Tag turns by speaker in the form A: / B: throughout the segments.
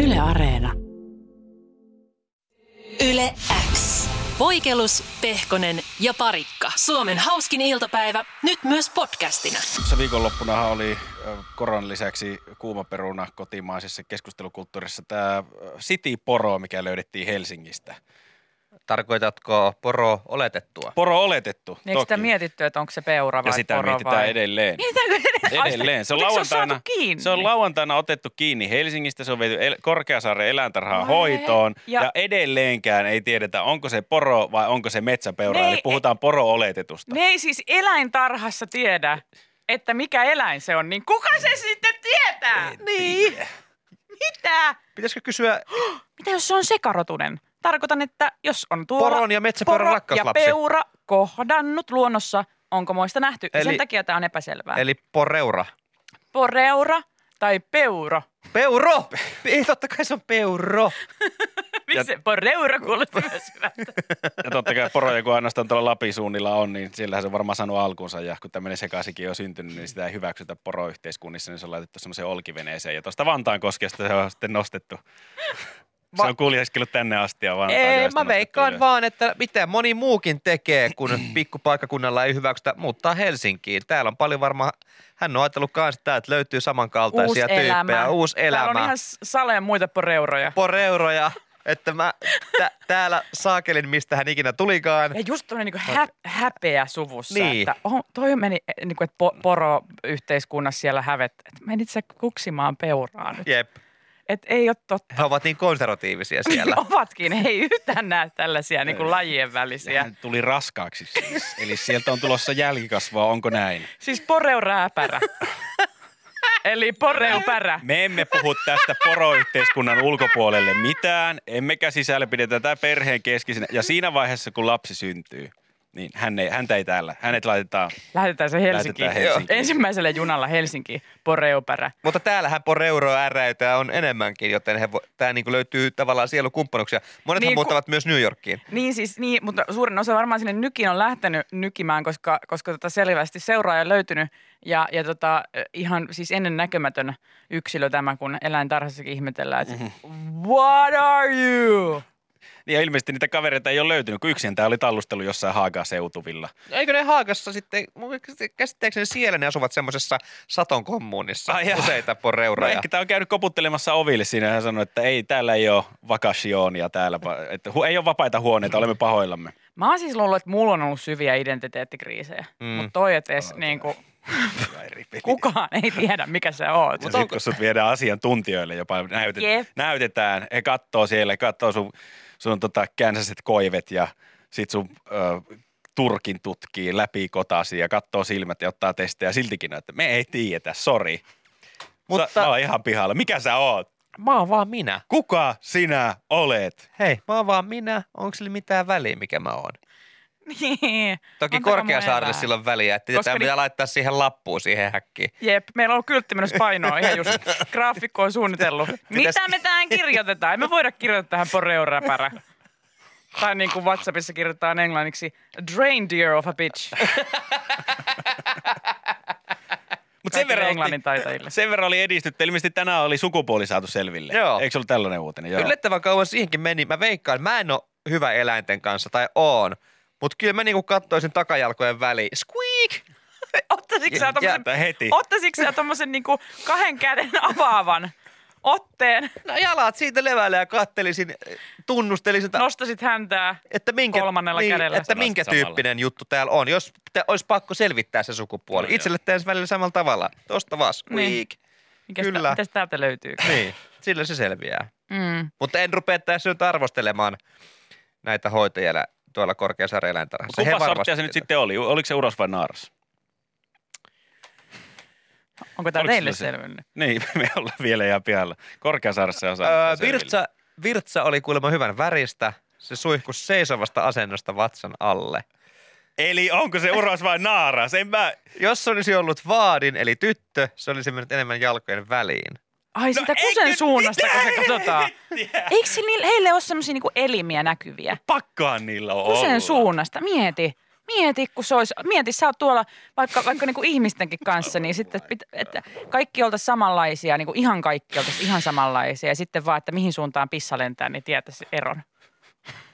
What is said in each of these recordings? A: Yle Areena.
B: Yle X. Voikelus, Pehkonen ja Parikka. Suomen hauskin iltapäivä, nyt myös podcastina.
C: Se viikonloppunahan oli ö, koron lisäksi kuuma peruna kotimaisessa keskustelukulttuurissa tämä City-poro, mikä löydettiin Helsingistä.
D: Tarkoitatko poro oletettua?
C: Poro oletettu,
E: Niin eikö sitä
C: toki.
E: mietitty, että onko se peura vai
C: ja sitä
E: poro
C: mietitään
E: vai...
C: edelleen.
E: Mietitäänkö edelleen?
C: Edelleen. Se on,
E: Mutta eikö se ole
C: lauantaina,
E: saatu kiinni?
C: se on lauantaina otettu kiinni Helsingistä, se on viety El- Korkeasaaren eläintarhaan
E: Voi.
C: hoitoon. Ja...
E: Ja-
C: ja edelleenkään ei tiedetä, onko se poro vai onko se metsäpeura.
E: Ne
C: Eli
E: ei-
C: puhutaan poro-oletetusta.
E: Ne ei siis eläintarhassa tiedä, että mikä eläin se on, niin kuka se sitten tietää? Niin. Mitä?
D: Pitäisikö kysyä
E: Mitä jos se on sekarotunen? Tarkoitan, että jos on tuolla
D: Poron ja metsäpeuran
E: poro ja
D: rakkauslapsi.
E: peura kohdannut luonnossa, onko moista nähty? Eli,
D: Eli-
E: Sen takia tämä on epäselvää. Eli,
D: eli poreura?
E: Poreura tai peuro?
D: Peuro! Ei totta kai se on peuro.
E: Miksi se poreura kuulosti myös hyvältä?
C: Ja totta kai poroja, kun ainoastaan tuolla Lapisuunnilla on, niin sillähän se on varmaan saanut alkunsa. Ja kun tämmöinen sekaisikin on syntynyt, niin sitä ei hyväksytä poroyhteiskunnissa, niin se on laitettu semmoiseen olkiveneeseen. Ja tuosta Vantaankoskesta se on sitten nostettu. Se on kuljeskellut tänne asti ja vaan
D: Ei, mä veikkaan vaan, että mitä moni muukin tekee, kun pikkupaikkakunnalla ei hyväksytä muuttaa Helsinkiin. Täällä on paljon varmaan, hän on ajatellut myös sitä, että löytyy samankaltaisia tyyppejä. Uusi
E: Täällä on
D: elämä.
E: ihan saleen muita poreuroja.
D: Poreuroja, että mä tä- täällä saakelin, mistä hän ikinä tulikaan.
E: Ja just tuommoinen niin hä- häpeä suvussa,
D: Niin.
E: niin. että on, toi meni, eh, niin kuin, että po- poroyhteiskunnassa siellä hävettä, että menit sä kuksimaan peuraa nyt.
D: Jep,
E: Et ei ole totta.
D: he ovat niin konservatiivisia siellä.
E: Ovatkin, he ei yhtään näe tällaisia niin kuin lajien välisiä.
C: Hän tuli raskaaksi siis. Eli sieltä on tulossa jälkikasvaa, onko näin?
E: Siis poreuräpärä. Eli poreupäärä.
C: Me emme puhu tästä poroyhteiskunnan ulkopuolelle mitään, emmekä sisällä pidetä tätä perheen keskisenä. Ja siinä vaiheessa, kun lapsi syntyy, niin hän ei, häntä ei täällä. Hänet laitetaan
E: Lähetetään se Helsinkiin.
C: Lähetetään Helsinkiin.
E: Ensimmäisellä junalla Helsinkiin, poreupäärä.
D: Mutta täällähän poreuroa äräytää on enemmänkin, joten he vo, tää niinku löytyy tavallaan sielukumppanuksia. Monethan
E: Niin
D: niin
E: ku-
D: muuttavat myös New Yorkiin.
E: Niin siis, niin, mutta suurin osa varmaan sinne nykin on lähtenyt nykimään, koska, koska tota selvästi seuraaja löytynyt. Ja, ja tota, ihan siis ennennäkemätön yksilö tämä, kun eläintarhassakin ihmetellään, että
D: Mhm.
E: what are you?
C: Niin ja ilmeisesti niitä kavereita ei ole löytynyt, kun yksin tämä oli tallustellut jossain Haagaa seutuvilla. No
D: Eikö ne Haagassa sitten, mun käsittääkseni siellä ne asuvat semmoisessa satonkommuunissa
C: Ai jaa.
D: useita
C: No
D: poreuroja.
C: ehkä tämä on käynyt koputtelemassa oville siinä ja hän sanoi, että ei, täällä ei ole vakationia täällä, pa- että hu- ei ole vapaita huoneita, olemme pahoillamme.
E: Mä oon siis luullut, että mulla on ollut syviä identiteettikriisejä, mm. mutta toi, että edes niin kuin, kukaan ei tiedä, mikä sä oot.
C: Mutta onko... kun sut viedään asiantuntijoille jopa, näytet-
E: Jep.
C: näytetään, he kattoo siellä, he kattoo sun, sun tota, känsäiset koivet ja sit sun ö, turkin tutkii läpi kotasi ja kattoo silmät ja ottaa testejä siltikin, että me ei tiedetä, sori. Mutta... Sä,
D: Mutta-
C: mä oon ihan pihalla. Mikä sä oot?
D: Mä oon vaan minä.
C: Kuka sinä olet?
D: Hei, mä oon vaan minä. Onko sillä mitään väliä, mikä mä oon?
E: Niin.
D: Toki
E: Antakaa mun
D: Korkeasaarelle
E: elää.
D: sillä on väliä, että
E: Koska
D: Koska
E: ni-
D: pitää laittaa siihen lappuun, siihen häkkiin.
E: Jep, meillä on ollut kyltti menossa painoa ihan just. Graafikko on suunnitellut. Mitä me tähän kirjoitetaan? Ei me voida kirjoittaa tähän poreuräpärä. Tai niin kuin Whatsappissa kirjoitetaan englanniksi, a drain deer of a bitch.
C: Mut
E: Kaikille englannin taitajille.
C: sen verran oli edistytty. Ilmeisesti tänään oli sukupuoli saatu selville.
D: Joo.
C: Eikö se ollut tällainen uutinen? Joo.
D: Joo. Yllättävän kauan siihenkin meni. Mä veikkaan, mä en ole hyvä eläinten kanssa, tai oon. Mutta kyllä mä niinku kattoisin takajalkojen väliin. Squeak!
E: Ottaisitko sä
D: Ja-
E: tommosen,
C: jätä heti.
E: ottaisitko sä tommosen niin kuin kahden käden avaavan otteen,
D: No jalat siitä levälle ja kattelisin, tunnustelisin, että,
E: nostasit häntää?
D: että, minkä, niin,
E: kolmannella kädellä.
D: että minkä
C: Samalla.
D: tyyppinen juttu täällä on, jos pitä, olisi pakko selvittää se sukupuoli.
C: No joo.
D: Itselle teen sen välillä samalla tavalla. Tosta vaan,
E: Niin.
D: squeak.
E: Mikäs
D: Kyllä.
E: Tä, mitäs täältä löytyy?
D: Niin. Sillä se selviää.
E: Mm.
D: Mutta en rupea tässä nyt arvostelemaan näitä hoitajia tuolla Korkeasaaren
C: Mut
D: eläintarhassa.
C: Kumpa
D: varmasti
C: sorttia se nyt
D: tietää.
C: sitten oli? Oliko se uros vai naaras?
E: Onko tämä
C: Oliko
E: teille
C: sulla se-
E: selvinnyt?
C: Niin, me ollaan vielä ihan pihalla. Korkeasaarassa on saanut
D: Öö,
C: tämän selville.
D: virtsa, virtsa oli kuulemma hyvän väristä. Se suihkus seisovasta asennosta vatsan alle.
C: Eli onko se uros vai naaras? En mä...
D: Jos se olisi ollut vaadin, eli tyttö, se olisi mennyt enemmän jalkojen väliin.
E: Ai
C: No
E: sitä kusen suunnasta, kun se katsotaan. Eikö se, niille- heille ole semmoisia niinku elimiä niin näkyviä?
C: Pakkaan niillä on
E: Kusen
C: olla.
E: suunnasta, mieti. Mieti, kun se olisi, mieti, sä oot tuolla vaikka, vaikka niin kuin ihmistenkin kanssa, niin sitten, pit, että kaikki oltaisiin samanlaisia, niin kuin ihan kaikki oltaisiin ihan samanlaisia. Ja sitten vaan, että mihin suuntaan pissa lentää, niin tietäisi eron.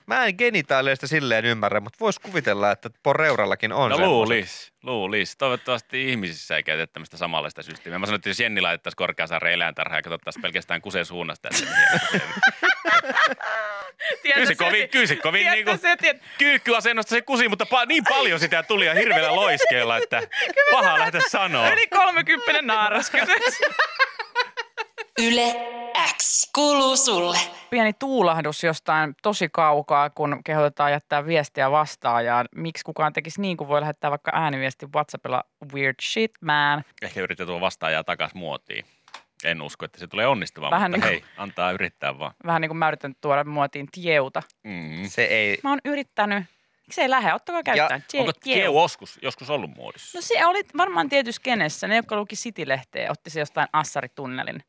D: Mä en genitaaleista silleen ymmärrä, mutta vois kuvitella, että Poreurallakin on
C: No
D: semmoset.
C: luulis, luulis. Toivottavasti ihmisissä ei käytetä tämmöistä samanlaista systeemiä. Mä sanoin, että jos Jenni laitettaisiin korkeasaareen eläintarhaan ja katsottaisiin pelkästään kuseen suunnasta, niin että mihin on kuseen.
E: Tietä
C: kyllä se kovin, kyllä se kovin niinku,
E: se, tiet,
C: kyykkyasennosta se kusi, mutta pa- niin paljon sitä tuli ja hirveällä loiskeella, että paha lähteä sanoa.
E: yli 30 naaras kyseessä.
B: Yle X kuuluu sulle.
E: pieni tuulahdus jostain tosi kaukaa, kun kehotetaan jättää viestiä vastaajaan. Miksi kukaan tekisi niin, kun voi lähettää vaikka ääniviesti WhatsAppilla weird shit man.
C: Ehkä yritetään tuo vastaajaa takas muotiin. En usko, että se tulee onnistumaan,
E: Vähän
C: Vähän mutta
E: niinku-
C: hei, antaa yrittää vaan.
E: Vähän niin kuin mä yritän tuoda muotiin tieuta.
C: Mm.
D: Se ei,
E: Mä oon yrittänyt. Miksi ei lähde? Ottakaa käyttöön. Tie-
C: Onko
E: tieu.
C: Kieu oskus, joskus ollut muodissa?
E: No se oli varmaan tietysti kenessä. Ne, jotka luki City-lehteä, otti se jostain Assaritunnelin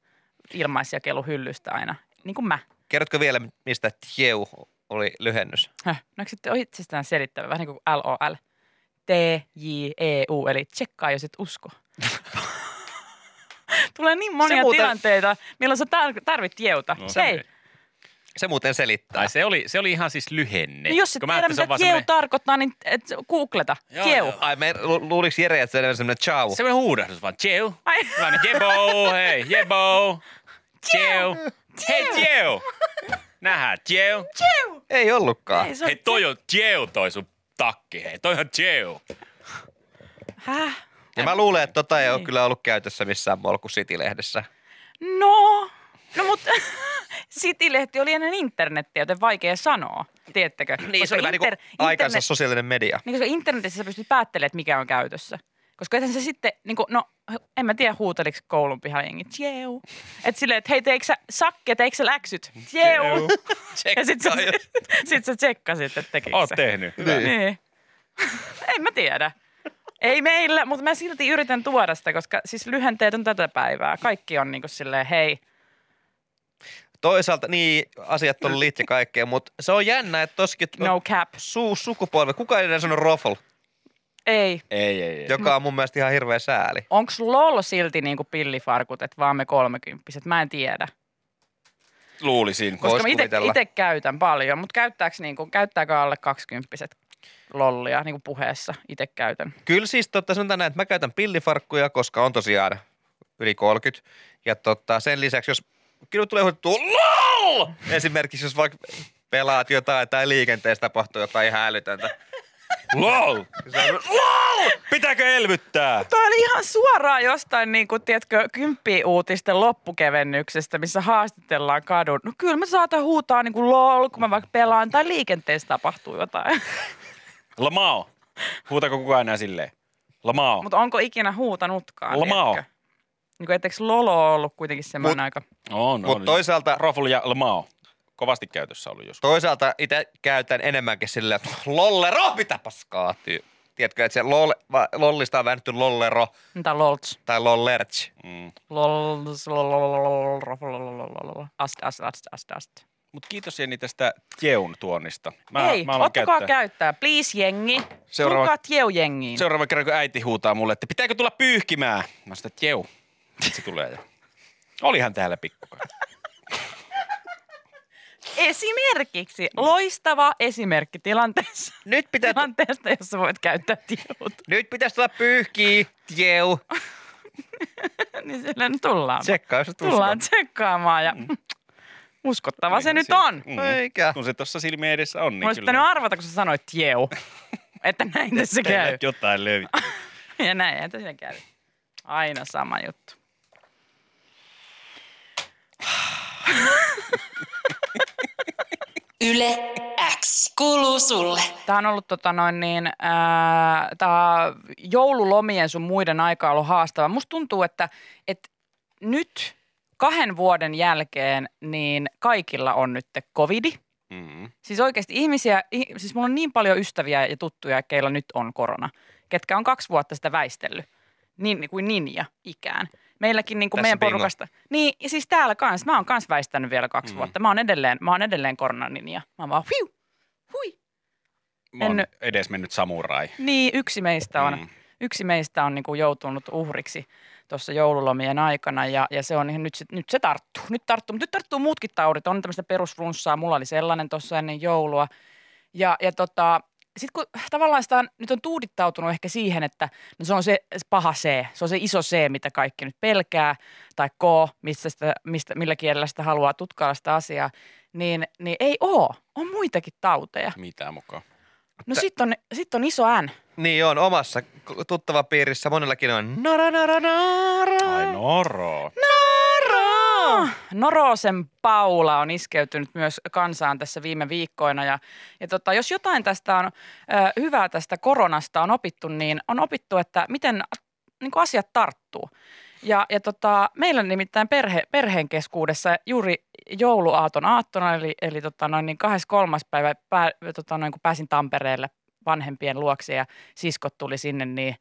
E: ilmaisjakeluhyllystä aina. Niin kuin mä.
D: kerrotko vielä, mistä Tjeu oli lyhennys?
E: Häh. No eikö sitten ole itsestään selittävä? Vähän niin kuin LOL. T-J-E-U, E eli tsekkaa, jos et usko. Tulee niin monia
D: muuten-
E: tilanteita, milloin sä tar- tarvit jeuta.
C: No,
E: No,
C: se
E: Hei,
D: Se muuten selittää.
C: Tai se oli, se oli ihan siis lyhenne.
E: niin jos et
C: Kun mä
E: tiedä,
C: ajattelin, se on
E: mitä
C: vaan
E: jeu
C: semmoinen-
E: tarkoittaa, niin et googleta.
C: Joo,
E: jeu.
C: joo.
D: Ai, me lu- luuliks Jere, että se on semmoinen ciao?
C: Se on huudahdus vaan, Jeu.
E: Ai.
C: Vaan jebo, hei, jebo. Jeu. Hei, Jeu. Nähdään, Jeu.
D: Ei ollutkaan.
E: Ei, se on...
C: Hei, toi on Jeu toi sun takki, hei. Toi on Jeu.
E: Häh?
D: Ja mä luulen, että tota ei ole kyllä ollut käytössä missään muualla kuin City-lehdessä.
E: No, no mutta City-lehti oli ennen internettiä, joten vaikea sanoa, tiedättekö?
D: Niin, se oli vähän niin kuin aikansa sosiaalinen media.
E: Niin koska internetissä sä pystyt päättelemään, että mikä on käytössä. Koska ethän se sitten, niin kuin, no en mä tiedä huuteliko koulun pihalla jengi, jeu. Että silleen, että hei teikö sä sakkia, teikö sä läksyt, jeu. Ja sit sä, sit sä tsekkasit, että tekikö
C: Oot
E: sä.
C: tehnyt. Hyvä.
D: Niin.
E: Niin. en mä tiedä. Ei meillä, mutta mä silti yritän tuoda sitä, koska siis lyhenteet on tätä päivää. Kaikki on niin kuin silleen, hei,
D: Toisaalta, niin, asiat on lit ja kaikkea, mutta se on jännä, että tossakin
E: no cap.
D: suu sukupolvi. Kuka ei edes sanonut rofl,
E: Ei.
C: Ei, ei, ei.
D: joka on mun mielestä ihan hirveä sääli.
E: Onks LOL silti niinku pillifarkut, että vaan me kolmekymppiset? Mä en tiedä.
C: Luulisin.
D: Vois
E: Koska mä
D: kuvitella.
E: itse käytän paljon, mutta käyttääks niinku, käyttääkö alle kaksikymppiset lollia niinku puheessa? Itse käytän.
D: Kyllä siis tota, sanotaan näin, että mä käytän pillifarkkuja, koska on tosiaan yli 30. Ja tota, sen lisäksi, jos kyllä tulee huudettua LOL! Esimerkiksi jos vaikka pelaat jotain tai liikenteessä tapahtuu jotain ihan älytöntä.
C: LOL! LOL! Pitääkö elvyttää?
E: Toi oli ihan suoraan jostain, niin kuin, tiedätkö, kymppiuutisten loppukevennyksestä, missä haastatellaan kadun. No kyllä mä saatan huutaa niin kuin lol, kun mä vaikka pelaan, tai liikenteessä tapahtuu jotain.
C: Lamao. Huutako kukaan enää silleen? Lamao.
E: Mutta onko ikinä huutanutkaan?
C: Lamao.
E: tiedätkö? Niin kuin, etteikö lolo ollut kuitenkin semmoinen
D: Mut-
E: aika...
C: On,
D: Mutta toisaalta,
C: Rofl ja Lamao. Kovasti käytössä ollut joskus.
D: toisaalta itse käytän enemmänkin silleen, että lollero, mitä paskaa tyy. Tiedätkö, että se lol, va- lollista on väännetty lollero
E: Mitä lolts?
D: tai lollerch.
C: Mm.
E: Lolts, lololololololololololololololololololololololololololololololololololololololololololololololololololololololololololololololololol. Ast, ast, ast, ast.
C: Mutta kiitos Jenni tästä Jeun tuonnista.
E: Mä, Hei,
C: haluan
E: ottakaa
C: käyttää.
E: käyttää. Please jengi.
C: Seuraava-
E: Tulkaa jeujengiin.
C: Seuraava kerran, kun äiti huutaa mulle, että pitääkö tulla pyyhkimään. Mä sanoin, että Jeu. Sitten se tulee ja... Olihan täällä pikkukaan.
E: Esimerkiksi loistava esimerkki tilanteessa,
D: Nyt pitää,
E: tilanteesta, jossa voit käyttää tieuta.
D: nyt pitäisi tulla pyyhkiä, jeu.
E: niin sille nyt tullaan.
D: Tsekkaa, jos et
E: tullaan tsekkaamaan ja uskottava se nyt on.
C: Mm.
D: Eikä.
C: Kun se tuossa silmien edessä on,
E: Mä
C: niin
E: olisin
C: kyllä.
E: pitänyt arvata, kun sä sanoit jeu, että näin tässä käy.
C: Teillä jotain löytyy.
E: Ja näin tässä käy. Aina sama juttu.
B: Yle X kuuluu sulle.
E: Tämä on ollut tota noin niin, ää, tää joululomien sun muiden aika ollut haastava. Musta tuntuu, että, että nyt kahden vuoden jälkeen niin kaikilla on nyt covidi.
C: Mm.
E: Siis oikeasti ihmisiä, ih- siis mulla on niin paljon ystäviä ja tuttuja, keillä nyt on korona, ketkä on kaksi vuotta sitä väistellyt. Niin kuin ninja ikään. Meilläkin niin kuin
D: Tässä
E: meidän
D: bingo.
E: porukasta. Niin, ja siis täällä kans. Mä oon kans väistänyt vielä kaksi
C: Mm.
E: vuotta. Mä oon edelleen, mä oon edelleen koronaninja. Mä oon vaan hiu, hui.
C: Mä oon
E: En-
C: edes mennyt samurai.
E: Niin, yksi meistä on.
C: Mm.
E: Mm. Yksi meistä on niin kuin joutunut uhriksi tuossa joululomien aikana ja, ja se on ihan, nyt, se, nyt se tarttuu. Nyt tarttuu, mutta nyt tarttuu muutkin taudit. On tämmöistä perusflunssaa, mulla oli sellainen tuossa ennen joulua. Ja, ja tota, sitten kun tavallaan sitä on, nyt on tuudittautunut ehkä siihen, että no se on se paha C, se on se iso C, mitä kaikki nyt pelkää, tai K, mistä sitä, mistä, millä kielellä sitä haluaa tutkailla sitä asiaa, niin, niin ei oo. On muitakin tauteja.
C: Mitä mukaan?
E: No sitten on, sit on iso N.
D: Niin on, omassa k- tuttavapiirissä monellakin on nara, nara, nara.
C: Ai no. noro.
E: Noro! Norosen Paula on iskeytynyt myös kansaan tässä viime viikkoina. Ja, ja tota, jos jotain tästä on ö, hyvää tästä koronasta on opittu, niin on opittu, että miten niin kuin asiat tarttuu. Ja, ja tota, meillä nimittäin perhe, perheen keskuudessa juuri jouluaaton aattona, eli, eli tota, noin niin 23. päivä pää, tota, noin, kun pääsin Tampereelle vanhempien luokse ja siskot tuli sinne, niin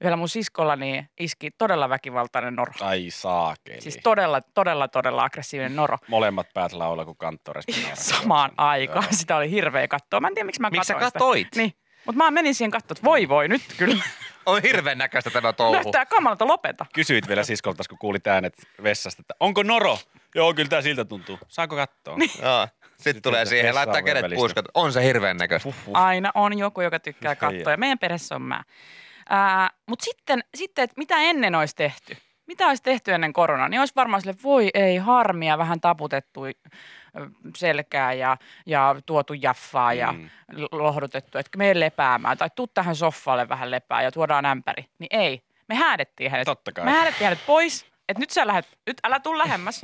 E: yhdellä mun siskolla niin iski todella väkivaltainen noro.
C: Ai saakeli.
E: Siis todella, todella, todella aggressiivinen noro.
C: Molemmat päät laulaa kuin kanttoressa.
E: Samaan aikaan. Sitä oli hirveä katsoa. Mä en tiedä, miksi mä
D: Miksi sä
E: katsoin sitä.
D: katoit?
E: Niin. Mutta mä menin siihen katsoa, että voi voi, nyt kyllä.
D: On hirveän näköistä
E: No
D: tämä touhu.
E: Näyttää kamalalta lopeta.
C: Kysyit vielä siskolta, kun kuulit äänet vessasta, että onko noro? Joo, kyllä tää siltä tuntuu. Saanko katsoa?
E: Niin.
D: Joo. Sitten tulee
C: niitä
D: siihen, laittaa
C: vessaavien
D: kädet
C: välistä.
D: puuskat. On se hirveän näköistä.
C: Huhhuh.
E: Aina on joku, joka tykkää
C: Hei.
E: katsoa. Ja meidän perheessä on mä. Mutta sitten, sitten, että mitä ennen olisi tehty? Mitä olisi tehty ennen koronaa? Niin olisi varmaan sille, voi ei, harmia, vähän taputettu ö, selkää ja, ja tuotu jaffaa ja
C: Mm.
E: l- lohdutettu, että mene lepäämään tai tuu tähän sohvalle vähän lepää ja tuodaan ämpäri. Niin ei. Me häädettiin hänet.
C: Totta kai.
E: Me häädettiin hänet pois, että nyt sä lähet, nyt älä tuu lähemmäs.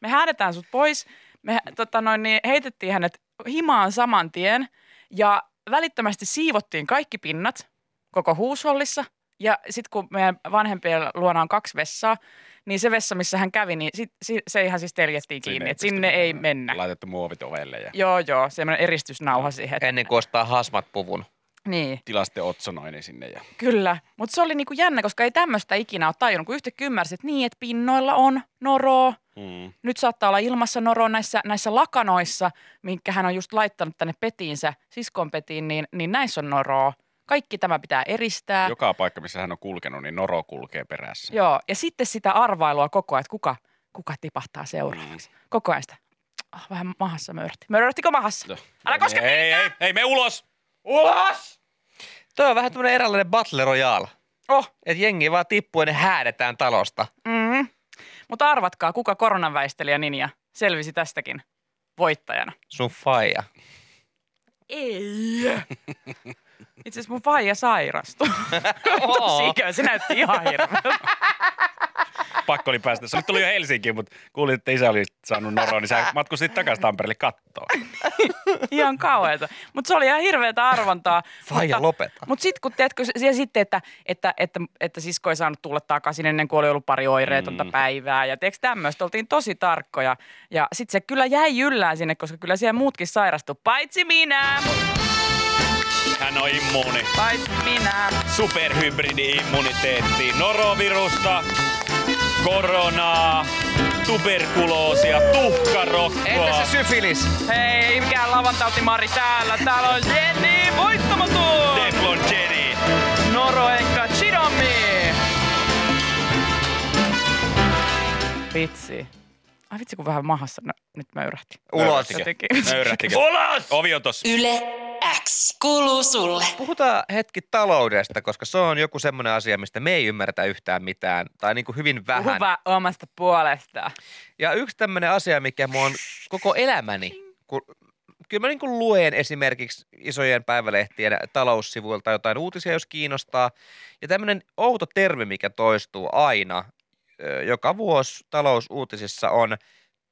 E: Me häädetään sut pois. Me tota noin, niin heitettiin hänet himaan saman tien ja välittömästi siivottiin kaikki pinnat koko huushollissa. Ja sitten kun meidän vanhempien luona on kaksi vessaa, niin se vessa, missä hän kävi, niin sit, si, se ihan siis teljettiin kiinni, että sinne ei
C: pysty
E: mennä.
C: Laitettu muovit ovelle ja
E: Joo, joo, semmoinen eristysnauha siihen. että-
D: Ennen kuin ostaa hasmat puvun.
E: Niin.
C: tilaste otsonoinen sinne. Ja...
E: Kyllä, mutta se oli niinku jännä, koska ei tämmöistä ikinä ole tajunnut, kun yhtäkkiä ymmärsit että niin, että pinnoilla on noroa.
C: Mm.
E: Nyt saattaa olla ilmassa noroa näissä, näissä lakanoissa, minkä hän on just laittanut tänne petiinsä, siskon petiin, niin, niin näissä on noroa. Kaikki tämä pitää eristää.
C: Joka paikka, missä hän on kulkenut, niin noro kulkee perässä.
E: Joo, ja sitten sitä arvailua koko ajan, että kuka, kuka tipahtaa seuraavaksi.
C: Mm.
E: Koko ajan sitä, ah, vähän mahassa mörötti. Möröttikö mahassa?
C: Joo.
E: Älä koske
C: ei, ei, ei, ei, me ulos! Ulos!
D: Toi on vähän tämmönen eräänlainen battle royale.
E: Oh,
D: Että jengi vaan tippuu ja ne häädetään talosta.
E: mm. Mutta arvatkaa, kuka koronaväistelijä Ninja selvisi tästäkin voittajana.
D: Sun faija.
E: Ei. Itse asiassa mun faija sairastui. Tosi ikävä, se näytti ihan hirveältä.
C: Pakko oli päästä. Se oli tullut jo Helsinkiin, mutta kuulit, että isä oli saanut noroa, niin sä matkustit takaisin Tampereelle kattoon.
E: Ihan kauheeta. Mutta se oli ihan hirveätä arvontaa.
D: Faija lopeta.
E: Mutta sitten kun teetkö, siellä sitten, että, että, että, että sisko ei saanut tulla takaisin ennen kuin oli ollut pari oireetonta
C: Mm.
E: mm. päivää. Ja tiedätkö tämmöistä, oltiin tosi tarkkoja. Ja sitten se kyllä jäi yllään sinne, koska kyllä siellä muutkin sairastu. Paitsi minä,
C: Hän on immuuni.
E: paitsi minä.
C: superhybridi-immuniteetti, norovirusta, koronaa, tuberkuloosia, tuhkarokkoa.
D: Entä se syfilis?
E: Hei, mikään lavantauti Mari täällä. Täällä on Jenni voittamaton.
C: Teflon Jenny.
E: Noro Ekka Chidomi! Vitsi. Ai vitsi, kun vähän mahassa no, nyt möyrähti.
D: Ulos.
E: Jotenkin.
C: Nöyrättikö?
D: Ulos!
C: Ovi on tossa.
B: Yle X kuuluu sulle.
D: Puhutaan hetki taloudesta, koska se on joku semmoinen asia, mistä me ei ymmärretä yhtään mitään. Tai niin kuin hyvin vähän.
E: Hyvä omasta puolestaan.
D: Ja yksi tämmöinen asia, mikä mua on koko elämäni, kun kyllä mä niin kuin luen esimerkiksi isojen päivälehtien taloussivuilta jotain uutisia, jos kiinnostaa. Ja tämmöinen outo termi, mikä toistuu aina ö, joka vuosi talousuutisissa on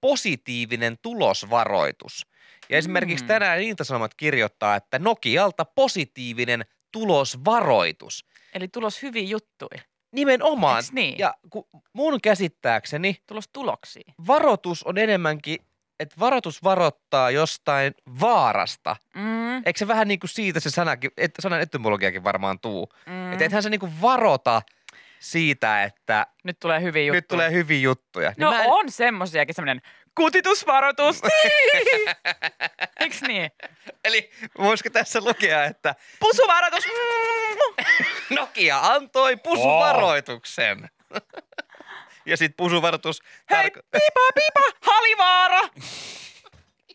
D: positiivinen tulosvaroitus. Ja esimerkiksi
E: Mm.
D: tänään Iltasanomat kirjoittaa, että Nokialta positiivinen tulosvaroitus.
E: Eli tulos hyvin juttui.
D: Nimenomaan.
E: Eiks niin?
D: Ja kun mun käsittääkseni
E: Tulos tuloksia.
D: varoitus on enemmänkin, että varoitus varoittaa jostain vaarasta.
E: Mm,
D: Eikö se vähän niin kuin siitä se sanakin, et, sanan etymologiakin varmaan tuu? Mm.
E: mm.
D: Että ethän se niin kuin varota siitä, että
E: Nyt tulee hyviä
D: juttuja.
E: juttuja.
D: nyt tulee hyviä juttuja.
E: No
D: niin
E: mä...
D: mä en-
E: on semmosiakin, semmoinen kutitusvaroitus. Eiks niin?
D: Eli voisiko tässä lukea, että
E: Pusuvaroitus. Mm.
D: Nokia antoi pusuvaroituksen. ja sitten pusuvaroitus...
E: Oh. Hei,
D: tarko-
E: piipa, piipa, halivaara.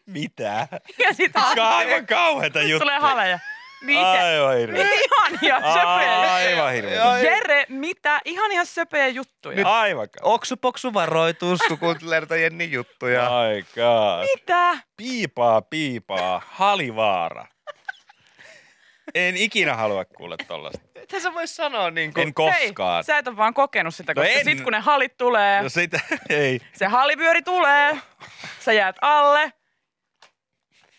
C: Mitä?
E: Ja sit
C: Aivan kauheita juttuja.
E: tulee haleja. Mitä?
C: Aivan hirveä.
E: Ihan ihan söpöjä.
C: Aivan hirveä.
E: Jere, mitä? Ihan ihan söpöjä juttuja.
C: Aivan kauheita.
D: Oksupoksuvaroitus, kun kuuntelee näitä Jennin juttuja.
E: No.
C: Aikaa.
E: Mitä?
C: Piipaa, piipaa, halivaara. En ikinä halua kuulla tollaista.
D: Mitä sä vois sanoa niin
C: En
E: Hei,
C: koskaan.
E: sä et ole vaan kokenut sitä,
C: No
E: koska
C: en.
E: sit kun ne halit tulee,
C: No sitä ei.
E: se halivyöri tulee, sä jäät alle,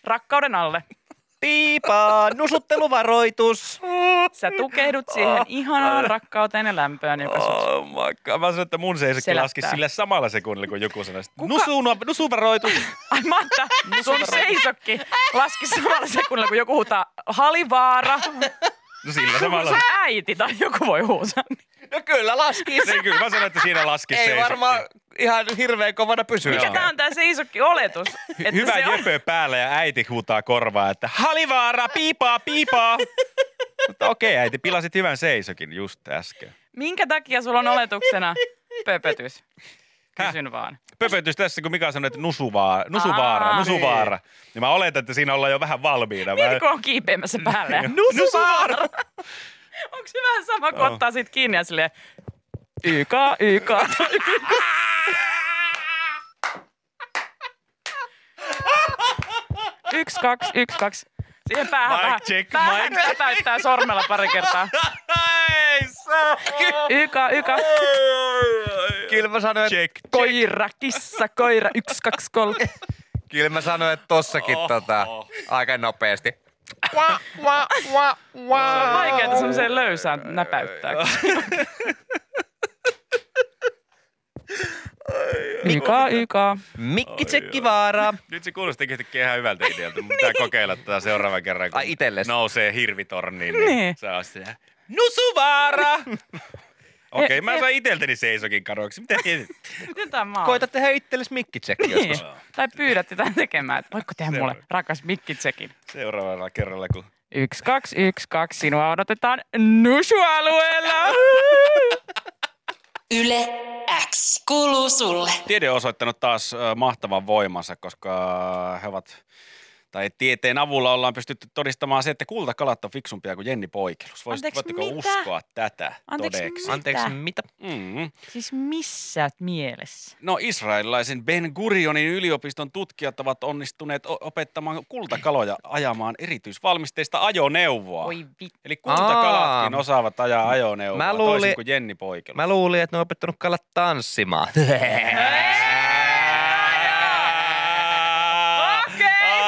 E: rakkauden alle.
D: Piipaa, nusutteluvaroitus.
E: Sä tukehdut
C: Ah,
E: siihen ihanaan rakkauteen ja lämpöön, joka sut
C: Oh my god. Mä sanoin, että mun seisokki
E: Selättää.
C: laski sillä samalla sekunnilla, kun joku sanoi, että
E: Kuka-
C: nusuuna, nusuvaroitus.
E: Ai Martta, sun seisokki laski samalla sekunnilla, kun joku huutaa halivaara.
C: No sillä
E: Kun
C: samalla.
E: sun äiti tai joku voi huusaa.
D: No kyllä laski
C: Ei, kyllä mä sanoin, että siinä laski
D: Ei
C: seisokki.
D: varmaan ihan hirveän kovana pysy.
E: Mikä
C: Joo.
E: tää on tää seisokki oletus?
C: Hy- Hyvä
E: se on-
C: jöpö päällä ja äiti huutaa korvaa, että halivaara, piipaa, piipaa. Mutta okei äiti, pilasit hyvän seisokin just äsken.
E: Minkä takia sulla on oletuksena pöpötys? Kysyn vaan.
C: pöpötys tässä, kun Mika sanoi, että nusuvaa, nusuvaara,
E: Aa,
C: nusuvaara. Niin. mä oletan, että siinä ollaan jo vähän valmiina. Mä-
E: Mirko on kiipeämässä päälle.
C: No Nusuvaara!
E: Onko se vähän sama, kun ottaa sit kiinni ja silleen YK, YK. yksi, kaksi, yksi, kaksi. Siihen päähän,
C: Mic
E: vähän,
C: check,
E: päähän
C: mic check.
E: täyttää sormella pari kertaa.
C: Ei saa!
E: YK, YK.
D: Kyllä mä sanoin, että,
C: Check.
E: Koira, kissa, koira, yksi, kaksi, kolme.
D: kyllä mä sanoin, että tossakin
C: Oho.
D: tota, aika nopeasti.
E: Vaikeeta semmoiseen löysään näpäyttää. YK, YK.
D: Mikki Tsekkivaara.
C: Nyt se kuulosti yhtäkkiä ihan hyvältä idealta, mutta
E: Niin.
C: pitää kokeilla tätä seuraavan kerran, kun
D: Ai itelles.
C: nousee hirvitorniin. Niin,
E: Niin.
C: Se on sitä. Nusuvaara! Okei,
D: Ah.
C: okay,
E: E-
C: mä
E: e-
C: sain iteltäni seisokin kadoksi. Mitä tiesit?
E: Miten tää maa?
D: Koita tehdä itsellesi Mikki Tsekki
E: Niin.
D: joskus.
E: Tai pyydät jotain tekemään, että voitko tehdä
C: Se
E: mulle
C: voi.
E: rakas mikkitsekin.
C: Seuraavalla kerralla, kun...
E: Yksi, kaksi, yksi, kaksi. Sinua odotetaan Nusu-alueella.
B: Yle X kuuluu sulle.
C: Tiede on osoittanut taas ö, mahtavan voimansa, koska he ovat, tai tieteen avulla ollaan pystytty todistamaan se, että kultakalat on fiksumpia kuin Jenni Poikelus. Voisit,
E: Anteeksi,
C: voitteko
E: mitä?
C: uskoa tätä
E: Anteeksi,
C: todeksi?
E: mi-
D: Anteeksi,
E: Mitä?
D: mitä?
C: Mm.
E: Siis missä mielessä?
C: No israelilaisen Ben Gurionin yliopiston tutkijat ovat onnistuneet o- opettamaan kultakaloja ajamaan erityisvalmisteista ajoneuvoa.
E: Oi vittu.
C: Eli kultakalatkin
D: Aa.
C: osaavat ajaa ajoneuvoa
D: Mä
C: toisin
D: luulin-
C: kuin Jenni Poikelus.
D: Mä luulin, että ne on opettanut kalat tanssimaan.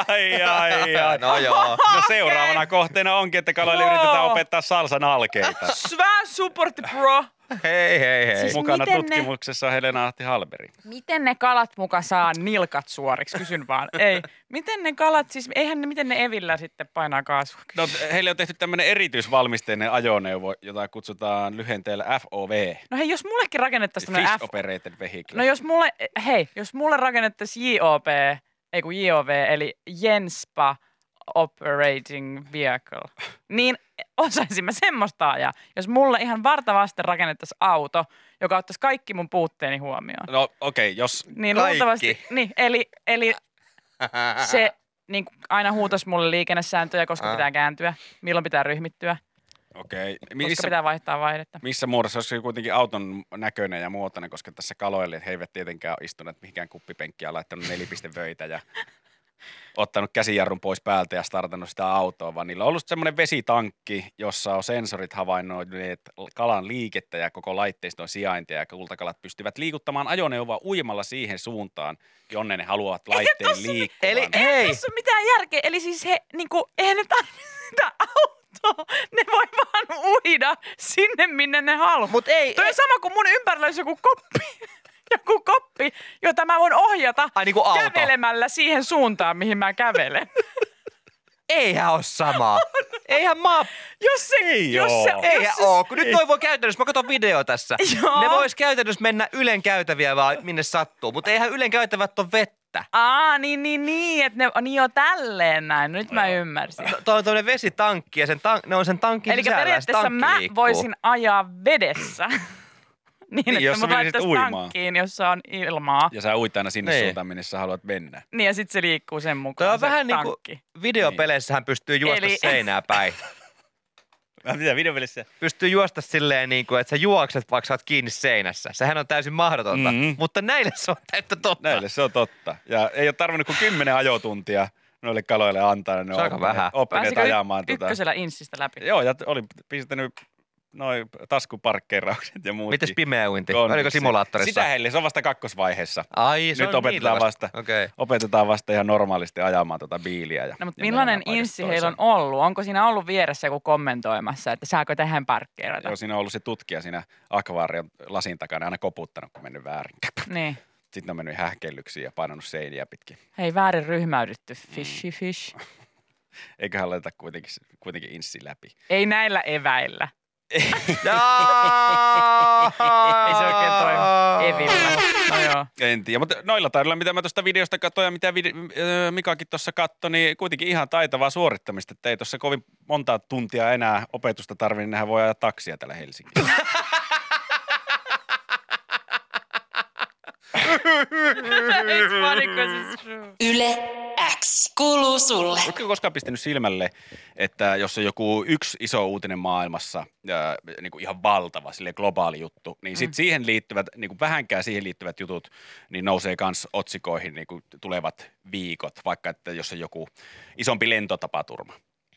C: Ai, ai, ai.
D: No joo.
C: No seuraavana kohteena onkin, että kaloille
E: Joo.
C: yritetään opettaa salsan alkeita.
E: Svää supportti, bro.
D: Hei, hei, hei.
E: Siis
C: Mukana
E: miten ne-
C: tutkimuksessa on Helena Ahti Halberi.
E: Miten ne kalat muka saa nilkat suoriksi? Kysyn vaan. Ei. Miten ne kalat, siis eihän ne, miten ne evillä sitten painaa kaasua?
C: No, t- heille on tehty tämmöinen erityisvalmisteinen ajoneuvo, jota kutsutaan lyhenteellä FOV.
E: No hei, jos mullekin rakennettaisiin tämmöinen
C: Fish
E: F
C: Operated Vehicle.
E: No jos mulle, hei, jos mulle rakennettaisiin JOP, ei kun JOV, eli Jenspa Operating Vehicle, niin osaisin mä semmoista ajaa. Jos mulle ihan varta vasten rakennettaisiin auto, joka ottaisi kaikki mun puutteeni huomioon.
C: No okei, okay, jos...
E: Niin
D: Kaikki.
E: luultavasti, niin, eli, eli se niin kuin aina huutas mulle liikennesääntöjä, koska
D: Ah.
E: pitää kääntyä, milloin pitää ryhmittyä,
C: Okei, okay.
E: koska
C: missä,
E: pitää vaihtaa vaihdetta.
C: missä muodossa se olisi kuitenkin auton näköinen ja muotoinen, koska tässä kaloille he eivät tietenkään ole istuneet mihinkään kuppipenkkiä, laittanut nelipistevöitä ja ottanut käsijarrun pois päältä ja startannut sitä autoa, vaan niillä on ollut semmoinen vesitankki, jossa on sensorit havainnoineet kalan liikettä ja koko laitteiston sijaintia ja kultakalat pystyvät liikuttamaan ajoneuvoa uimalla siihen suuntaan, jonne ne haluavat laitteen
E: tossa mi-
C: liikkuvan.
D: Eli-
E: Ei,
D: Ei.
E: ei. tässä ole mitään järkeä. Eli siis he, niinku, eihän ne tarvitse sitä autoa. Ne voi vaan uida sinne, minne ne haluaa.
D: Mut ei-
E: Toi
D: ei-
E: on sama kuin mun ympärillä olisi joku koppi. joku koppi, jota mä voin ohjata
D: Ai niinku auto.
E: kävelemällä siihen suuntaan, mihin mä kävelen.
D: eihän ole samaa. Eihän maa,
E: Jos se,
C: Ei
E: jos se,
C: oo.
D: eihän
E: No, jos se,
D: oo, kun nyt toi voi käytännössä, mä katson video tässä.
E: Joo.
D: Ne vois käytännössä mennä Ylen käytäviä vaan minne sattuu, mutta eihän Ylen käytävät on vettä.
E: Aa, niin, niin, niin, että ne, niin jo tälleen näin. Nyt mä ymmärsin.
D: Tuo on tämmöinen vesitankki ja sen tank, ne on sen tankin
E: Eli
D: sisällä. ja se
E: periaatteessa
D: tankki
E: mä
D: liikkuu.
E: voisin ajaa vedessä. niin, niin,
C: jos sä
E: että
C: menisit
E: mut laittaisi
C: uimaan.
E: tankkiin, jossa on ilmaa. Ja.
C: Ja sä uit aina sinne
D: Niin.
C: suuntaan, minne sä haluat mennä.
E: Niin, ja sitten se liikkuu sen mukaan
D: Toi on
E: se
D: vähän niin kuin
E: tankki. Niin.
D: videopeleissähän pystyy juosta
E: Eli-
D: seinää päin.
C: Mitä videopelissä?
D: Pystyy juosta silleen, niin kuin, että sä juokset, vaikka sä oot kiinni seinässä. Sehän on täysin mahdotonta,
E: Mm-hmm.
C: Mm.
D: mutta näille se on täyttä totta.
C: Näille se on totta. Ja ei ole tarvinnut kuin kymmenen ajotuntia noille kaloille antaa. niin Ne
D: Se on aika
C: oppineet-
D: vähän.
C: Oppineet
E: Pääsikö y-
C: ajamaan. tota-
E: ykkösellä inssistä läpi?
C: Joo, ja t- oli pistänyt noin taskuparkkeeraukset ja muutkin.
D: Mites pimeä uinti?
C: kondiksi.
D: Oliko simulaattorissa?
C: Sitä heille, se on vasta kakkosvaiheessa.
D: Ai, se
C: Nyt
D: on
C: opetetaan
D: niillä
C: vasta.
D: Okei. Okay.
C: Opetetaan vasta ihan normaalisti ajamaan tota biiliä. Ja,
E: No, mutta
C: ja
E: millainen
C: menemään paikasta
E: inssi heillä on
C: toiseen.
E: ollut? Onko siinä ollut vieressä joku kommentoimassa, että saako tähän parkkeerata?
C: Joo, siinä on ollut se tutkija siinä akvaarion lasin takana aina koputtanut, kun mennyt väärin.
E: Niin.
C: Sitten on mennyt hähkellyksiin ja painanut seiniä pitkin.
E: Hei, väärin ryhmäydytty. Fishy fish.
C: Eiköhän laiteta kuitenkin, kuitenkin inssi läpi.
E: Ei näillä eväillä. Ei se oikein toimi. Evillä. No joo.
C: En tiedä, mutta noilla taidoilla, mitä mä tuosta videosta katsoin ja mitä vid- ö, Mikakin tuossa katsoi, niin kuitenkin ihan taitavaa suorittamista. Että ei tuossa kovin monta tuntia enää opetusta tarvi, niin nehän voi ajaa taksia täällä Helsingissä.
E: It's funny because it's true.
B: Yle X kuuluu sulle.
C: Oletko koskaan pistänyt silmälle, että jos on joku yksi iso uutinen maailmassa, ää, niin kuin ihan valtava, sille globaali juttu, niin sitten siihen liittyvät, niin kuin vähänkään siihen liittyvät jutut, niin nousee kans otsikoihin niin kuin tulevat viikot, vaikka että jos on joku isompi lentotapaturma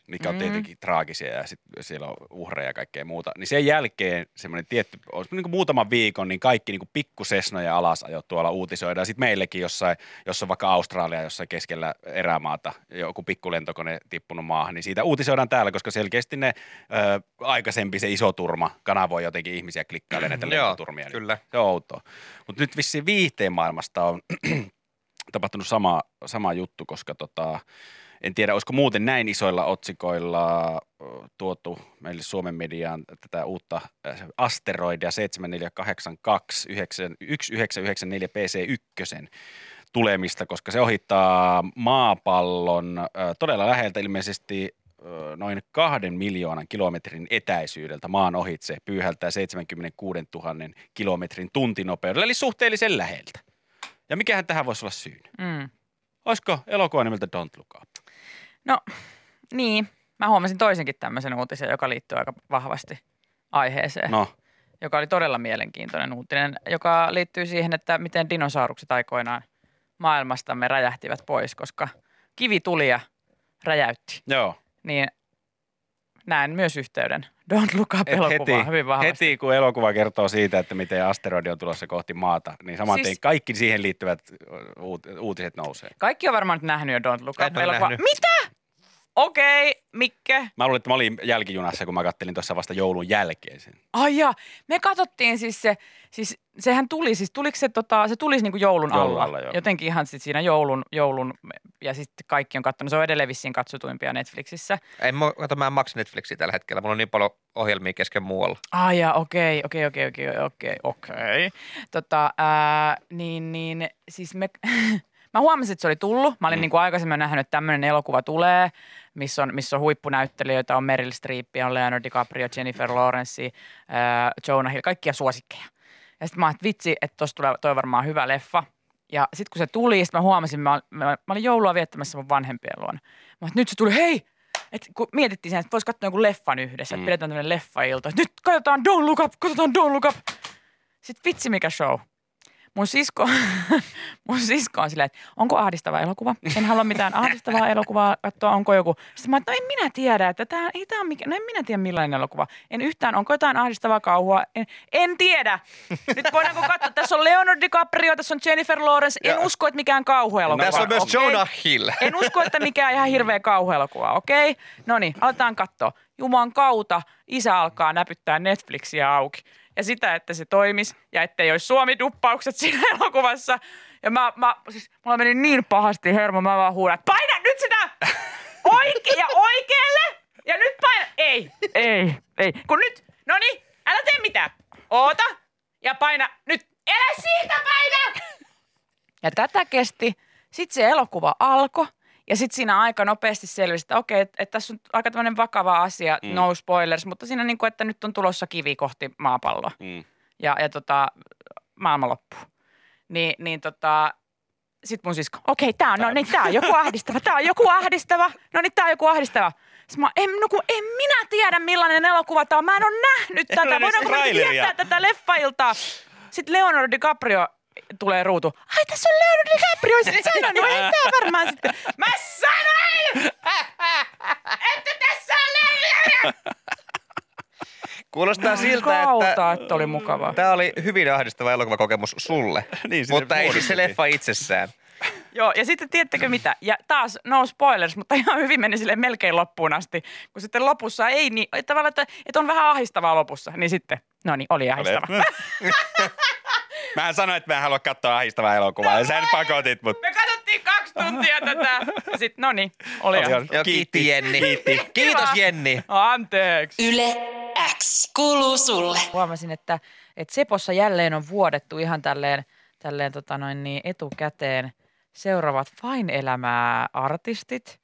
C: mikä on
E: Mm.
C: tietenkin traagisia ja sit siellä on uhreja ja kaikkea muuta. Niin sen jälkeen semmoinen tietty, olisi niin muutaman viikon, niin kaikki niin pikkusesnoja alasajo tuolla uutisoidaan. Sitten meillekin jossain, jos on vaikka Australia jossain keskellä erämaata, joku pikkulentokone tippunut maahan, niin siitä uutisoidaan täällä, koska selkeästi ne ö, aikaisempi se iso turma kanavoi jotenkin ihmisiä klikkailemaan näitä
D: Joo,
C: lentoturmia. niin
D: kyllä.
C: Se on outoa. Mutta nyt vissiin viihteen maailmasta on tapahtunut sama, sama juttu, koska tota, en tiedä, olisiko muuten näin isoilla otsikoilla ö, tuotu meille Suomen mediaan tätä uutta ö, asteroidia 7482 9 1994 PC1 tulemista, koska se ohittaa maapallon ö, todella läheltä ilmeisesti ö, noin kahden miljoonan kilometrin etäisyydeltä maan ohitse pyyhältää 76 000 kilometrin tuntinopeudella, eli suhteellisen läheltä. Ja mikähän tähän voisi olla syynä?
E: Mm.
C: Olisiko elokuva nimeltä Don't Look Up?
E: No, niin. Mä huomasin toisenkin tämmöisen uutisen, joka liittyy aika vahvasti aiheeseen, no.
C: No,
E: joka oli todella mielenkiintoinen uutinen, joka liittyy siihen, että miten dinosaurukset aikoinaan maailmastamme räjähtivät pois, koska kivi tuli ja räjäytti.
C: joo.
E: Niin näen myös yhteyden Don't Look Up
C: Et
E: elokuvaan hyvin vahvasti.
C: heti kun elokuva kertoo siitä, että miten asteroidi on tulossa kohti maata, niin saman
E: Siis-
C: siis... kaikki siihen liittyvät uut- uutiset nousee.
E: Kaikki on varmaan nyt nähnyt jo Don't Look
D: En
E: Up
D: ole
E: elokuva.
D: nähnyt.
E: Mitä? Okei, okay, Mikke.
C: Mä luulen, että mä olin jälkijunassa, kun mä kattelin tuossa vasta joulun jälkeen sen.
E: Ai jaa, me katsottiin siis se, siis sehän tuli, siis tuliko se, tota, se tulisi niinku joulun
C: Joulun
E: alla.
C: alla, joo.
E: Jotenkin ihan sit siinä joulun, joulun ja sitten kaikki on katsonut, se on edelleen vissiin katsotuimpia Netflixissä.
D: En mä, kato, mä en maksa Netflixiä tällä hetkellä. Mulla on niin paljon ohjelmia kesken muualla.
E: Ai Ah, jaa, okei, okei, okei, okei, okei, okei. Tota, ää, niin, niin, siis me, mä huomasin, että se oli tullut. Mä olin
C: Mm.
E: mm. niin kuin aikaisemmin nähnyt, että tämmöinen elokuva tulee, missä on, missä on huippunäyttelijöitä, on Meryl Streep, on Leonardo DiCaprio, Jennifer Lawrence, ää, Jonah Hill, kaikkia suosikkeja. Ja sitten mä ajattelin, että vitsi, että tosta tulee toi varmaan hyvä leffa. Ja sitten kun se tuli, sit mä huomasin, mä, mä, mä olin joulua viettämässä mun vanhempien luona. Mä olin, nyt se tuli, hei! Et kun mietittiin sen, että voisi katsoa jonkun leffan yhdessä,
C: Mm.
E: että pidetään tämmöinen leffailta. Nyt katsotaan Don't Look Up, katsotaan Don't Look Up. Sitten vitsi mikä show. Mun sisko, mun sisko on silleen, että onko ahdistava elokuva? En halua mitään ahdistavaa elokuvaa katsoa, onko joku. Sitten mä oon, että no en minä tiedä, että tää, ei tää on mikä, no en minä tiedä millainen elokuva. En yhtään, onko jotain ahdistavaa kauhua? En, en tiedä. Nyt voidaanko katsoa, tässä on Leonardo DiCaprio, tässä on Jennifer Lawrence. En
D: Joo.
E: usko, että mikään kauhuelokuva.
C: No,
D: Tässä on myös
E: okei?
D: Jonah Hill.
E: En usko, että mikään ihan hirveä kauhuelokuva, okei? No niin, aletaan katsoa. Juman kautta isä alkaa näpyttää Netflixiä auki. Ja sitä, että se toimis ja ettei olisi Suomi-duppaukset siinä elokuvassa. Ja mä, mä siis, mulla meni niin pahasti hermo, mä vaan huudan, että paina nyt sitä! Oi Kaikki ja oikealle. Ja nyt paina. Ei, ei, ei. Kun nyt, no niin, älä tee mitään. Oota ja paina nyt. Älä siitä paina! Ja tätä kesti. Sitten se elokuva alkoi. Ja sitten siinä aika nopeasti selvisi, että okei, että et tässä on aika tämmöinen vakava asia,
C: Mm.
E: mm. no spoilers, mutta siinä niin kuin, että nyt on tulossa kivi kohti maapalloa
C: Mm.
E: ja, ja tota, maailmanloppu. Niin, niin tota, sit mun sisko, okei, tää on, no niin, tää on joku ahdistava, tää on joku ahdistava, no niin, tää on joku ahdistava. Sitten mä, en, no kun en minä tiedä millainen elokuva tää on, mä en ole nähnyt
C: ole
E: tätä,
C: edes
E: voidaanko me
C: traileria.
E: tietää tätä leffailtaa. Sitten Leonardo DiCaprio tulee ruutu. Ai tässä on Leonardo DiCaprio, sit sanoin, no ei tää varmaan sitten. Mä sanoin, että tässä on Leonardo
D: Kuulostaa siltä,
E: Kautta,
D: että
E: että oli mukavaa.
D: tämä oli hyvin ahdistava elokuvakokemus sulle,
C: Niin, sille
D: mutta ei siis se
C: muodostukin.
D: leffa itsessään.
E: Joo, ja sitten tiedättekö mitä? Ja taas no spoilers, mutta ihan hyvin meni sille melkein loppuun asti. Kun sitten lopussa ei niin, että tavallaan, että, että on vähän ahdistavaa lopussa, niin sitten, no niin, oli ahdistava.
C: Mähän sanoin, että mä en halua katsoa ahistavaa elokuvaa. Ja sä nyt pakotit mut.
E: Me katsottiin kaksi tuntia tätä, ja sitten no niin, oli
C: Oli
E: ahdistava.
D: Joo, kiitti, Jenni. Kiitti. Kiitos
E: vaan.
D: Jenni.
E: Anteeksi.
B: Yle X kuuluu sulle.
E: Huomasin, että, että Sepossa jälleen on vuodettu ihan tälleen, tälleen tota noin niin etukäteen seuraavat Fine elämää artistit.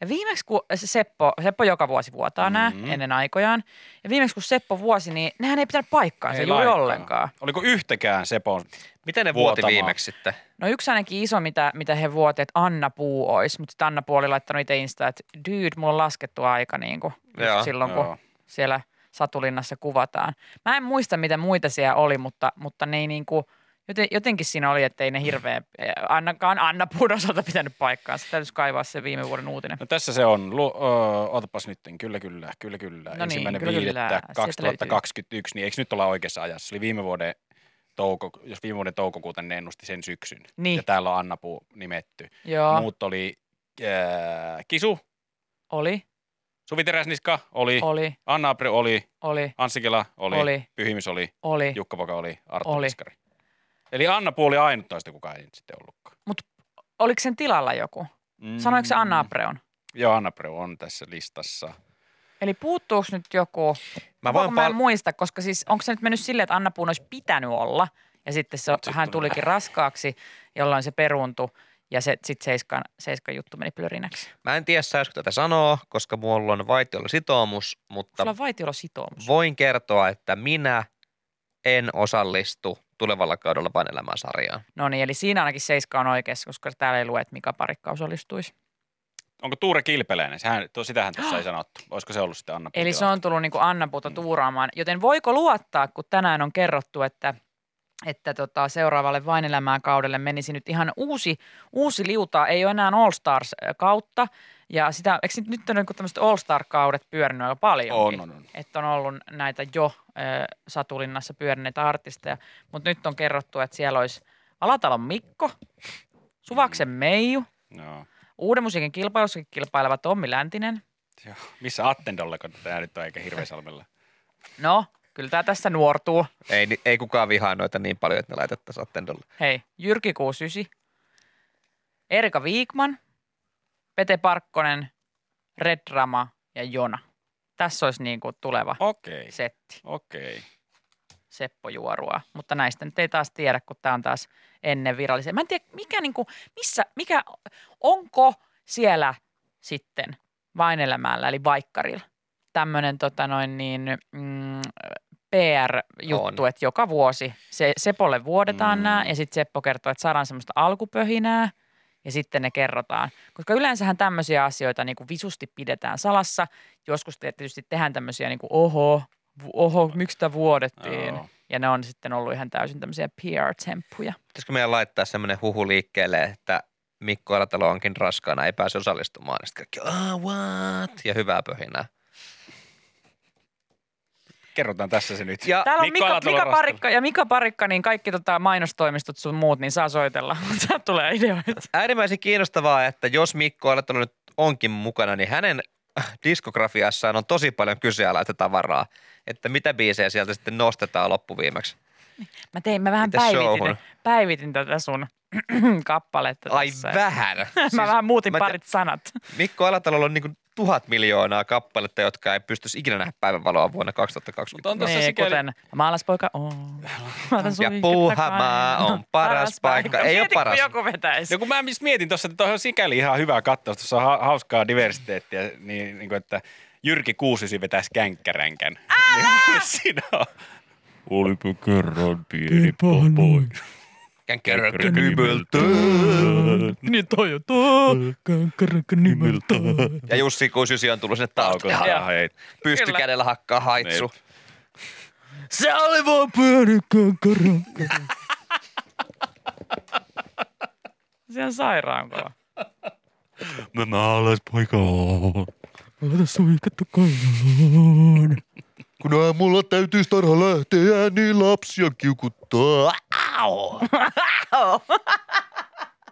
E: Ja viimeksi kun se Seppo, Seppo joka vuosi vuotaa nämä
C: Mm.
E: ennen aikojaan. Ja viimeksi kun Seppo vuosi, niin nehän ei pitänyt paikkaansa
C: Ei
E: juuri
C: lainkaan.
E: ollenkaan.
C: Oliko yhtäkään Sepon?
D: Miten ne vuoti
C: Vuotamaan.
D: viimeksi sitten?
E: No yksi ainakin iso, mitä, mitä he vuoti, että Anna Puu olisi. Mutta sitten Anna Puu oli laittanut itse Insta, että dude, mulla on laskettu aika niin kuin,
D: Joo,
E: silloin, kun
C: joo.
E: siellä Satulinnassa kuvataan. Mä en muista, mitä muita siellä oli, mutta, mutta ne ei niin kuin, joten, jotenkin siinä oli, että ei ne hirveän, eh, ainakaan Anna Puun osalta pitänyt paikkaansa. Täytyisi kaivaa se viime vuoden uutinen.
C: No tässä se on. Lu- ö, ootapas nyt. Kyllä, kyllä, kyllä, kyllä.
E: niin,
C: Ensimmäinen
E: kyllä, kyllä.
C: viidettä
E: Sieltä
C: 2021. Niin eikö nyt olla oikeassa ajassa? Se oli viime vuoden touko, jos viime vuoden toukokuuta, niin ne ennusti sen syksyn.
E: Niin.
C: Ja täällä on Anna Puu nimetty.
E: Joo,
C: Muut oli äh, Kisu,
E: oli,
C: Suvi Teräsniska oli,
E: oli,
C: Anna Apri oli,
E: oli,
C: Anssi Kela oli,
E: Oli.
C: Pyhimys oli,
E: oli.
C: Jukka Poka oli, Arttu
E: Oli.
C: Niskari. Eli Anna Puu oli ainut toista, kuka ei nyt sitten ollutkaan.
E: Oliko sen tilalla joku?
C: Mm.
E: Sanoiko se Anna Apreon?
C: Joo, Anna Preu on tässä listassa.
E: Eli puuttuuko nyt joku?
D: Mä
E: Voiko
D: voin
E: mä en
D: pal-
E: muista, koska siis onko se nyt mennyt silleen, että Anna Puun olisi pitänyt olla ja sitten se,
C: Sitten
E: hän
C: tuli-
E: tulikin raskaaksi, jolloin se peruuntui ja se, sitten seiskan, seiskan juttu meni plörinäksi.
D: Mä en tiedä, saisiko tätä sanoa, koska mulla on vaitiolla sitoumus, mutta
E: Sulla on vaitiolositoumus.
D: voin kertoa, että minä en osallistu tulevalla kaudella vain elämään sarjaan.
E: No niin, eli siinä ainakin Seiska on oikeassa, koska täällä ei lue, että mikä parikka osallistuisi.
C: Onko Tuure Kilpeläinen? Sehän, to, sitähän tuossa ei sanottu. Olisiko se ollut sitten Anna Puun
E: Eli se
C: tilanne?
E: on tullut niin Anna
C: Mm.
E: Puuta tuuraamaan. Joten voiko luottaa, kun tänään on kerrottu, että, että tota, seuraavalle Vain elämää kaudelle menisi nyt ihan uusi, uusi liuta. Ei ole enää All Stars äh, kautta. Ja sitä, eikö nyt- nyt on niin tämmöiset All Star-kaudet pyörinyt aika paljon?
C: On, on, on.
E: Että on ollut näitä jo äh, Satulinnassa pyörineitä artisteja. Mutta nyt on kerrottu, että siellä olisi Alatalon Mikko, Suvaksen Meiju,
C: Joo.
E: Uuden musiikin kilpailussa kilpaileva Tommi Läntinen.
C: Joo. Missä Attendolla, kun tämä nyt on eikä Hirvesalmella?
E: No, kyllä tämä tässä nuortuu.
D: Ei, ni- ei kukaan vihaa noita niin paljon, että ne laitettaisiin attendolle.
E: Hei, Jyrki 69, Erika Viikman, Pete Parkkonen, Red Rama ja Jona. Tässä olisi niin kuin tuleva
C: Okei,
E: setti
C: okei.
E: Seppo Juorua. Mutta näistä nyt ei taas tiedä, kun tämä on taas ennen virallisia. Mä en tiedä, mikä, niin kuin, missä, mikä, onko siellä sitten vain elämällä, eli vaikkarilla, tämmöinen tota noin niin, mm, PR-juttu,
D: On.
E: että joka vuosi se, Sepolle vuodetaan
C: Mm.
E: mm. nämä ja sitten Seppo kertoo, että saadaan semmoista alkupöhinää ja sitten ne kerrotaan. Koska yleensähän tämmöisiä asioita niin kuin visusti pidetään salassa. Joskus te- tietysti tehdään tämmöisiä niin kuin, oho, vu- oho, miksi tämä vuodettiin.
C: Joo.
E: Ja ne on sitten ollut ihan täysin tämmöisiä PR-temppuja.
D: Pitäisikö meidän laittaa semmoinen huhu liikkeelle, että Mikko Alatalo onkin raskaana, ei pääse osallistumaan. Ja sitten kaikki, ah, what? Ja hyvää pöhinää.
C: Kerrotaan tässä se nyt.
D: Ja
E: Täällä on
C: Mikko
E: Mika,
C: Alatalo
E: Mika
C: rastilla.
E: Parikka ja Mika Parikka, niin kaikki tota mainostoimistot sun muut, niin saa soitella. Tää tulee ideoita.
D: äärimmäisen kiinnostavaa, että jos Mikko Alatalo nyt onkin mukana, niin hänen diskografiassaan on tosi paljon kyseenalaista tavaraa. Että mitä biisejä sieltä sitten nostetaan loppuviimeksi.
E: Mä tein, mä vähän
D: Mitäs
E: päivitin,
D: showhun?
E: päivitin tätä sun kappaletta
D: Ai
E: tässä.
D: vähän. Siis,
E: Mä vähän muutin
D: mä te-
E: parit sanat.
D: Mikko Alatalolla on niinku tuhat miljoonaa kappaletta, jotka ei pystyisi ikinä nähdä päivänvaloa vuonna 2020.
C: Mutta on tässä
E: Niin,
C: sikäli...
E: kuten maalaispoika on.
D: Ja puuhamaa on paras paikka. Ei oo
E: Mieti, kun
D: paras.
E: joku vetäisi.
C: No kun mä just mietin tuossa, että toi on sikäli ihan hyvä katsoa, tuossa on ha- hauskaa diversiteettiä, niin, niin kuin, että Jyrki Kuusisi vetäisi känkkäränkän. Älä! Siinä on. Olipa kerran pieni popoi.
D: Känkkärökkö
C: nimeltä.
E: Niin toi on tuo.
A: niin.
D: Ja Jussi Kuisysi on tullut sinne
C: Auko
D: taakse.
C: saa heittää.
E: Kyllä.
D: Pystykädellä hakkaa haitsu.
E: Se oli vaan pieni kankara. Se on sairaan kova.
C: Mä maalaispoika oon.
A: Laita suihkattu kainaloon.
D: Kun aamulla täytyy starha lähteä, niin lapsia kiukuttaa.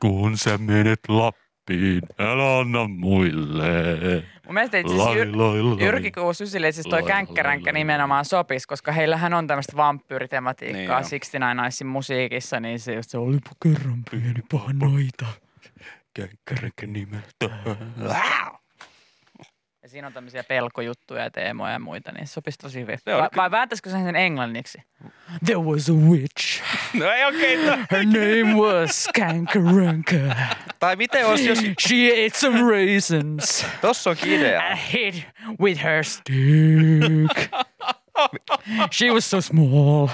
A: Kun sä menet Lappiin, älä anna muille.
E: Mun mielestä itse asiassa
A: Lai,
E: Jyr-
A: lai, lai.
E: siis Jyrki Kuusysille itse asiassa
A: Lai,
E: toi känkkäränkkä
A: lai, lai.
E: nimenomaan sopisi, koska heillähän on tämmöistä vampyyritematiikkaa
C: Niin on.
E: niin Sixty Nine Nicein musiikissa, niin se just se oli.
A: Olipa kerran pieni paha noita. Känkkäräkä nimeltä.
E: Ja siinä on tämmöisiä pelkojuttuja ja teemoja ja muita, niin se sopisi tosi hyvin.
C: Se on
E: Va-
C: kyllä-
E: vai vääntäisikö sen sen englanniksi?
A: There was a witch.
C: No ei okei. Okay,
A: Her name was Kankaranka.
D: Tai miten olisi, jos...
A: She ate some raisins.
D: Tossa onkin
E: I
D: idea.
E: hid with her st-
A: Dick. She was so small.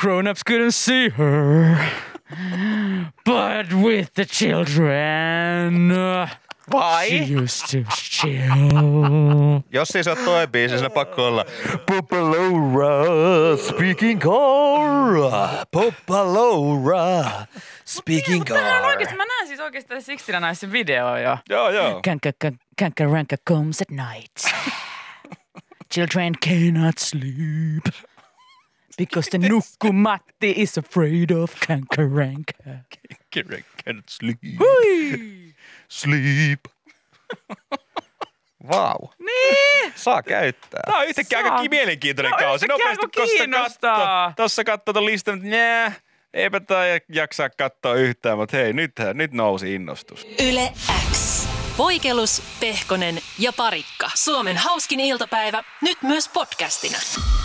A: Grown-ups couldn't see her. But with the children, uh, she
D: Vai?
A: used to chill.
D: Jos siis on toi biisi, siinä pakko olla.
F: Popalora, speaking Cora. Popalora, speaking
E: Mä
F: Cora.
E: oikeesti, mä näen siis oikeesti Sixty Nine Nicein videoa jo.
C: joo, joo.
A: Kankaranka comes at night. Children cannot sleep. Because the Nukumatti is afraid of Kankaranka.
C: Känkkäränkän sleep.
F: Sleep.
D: Vau. Niin. Saa käyttää.
C: Tämä on yhtäkkiä
E: Saa.
C: aika mielenkiintoinen
E: Tää on
C: kausi.
E: yhtäkkiä
C: Nopeasti
E: alkoi kiinnostaa.
C: Tuossa katsoo tuon listan, että nää, eipä tai jaksaa katsoa yhtään, mutta hei, nyt, nyt nousi innostus.
B: Yle X. Voikelus, Pehkonen ja Parikka. Suomen hauskin iltapäivä, nyt myös podcastina.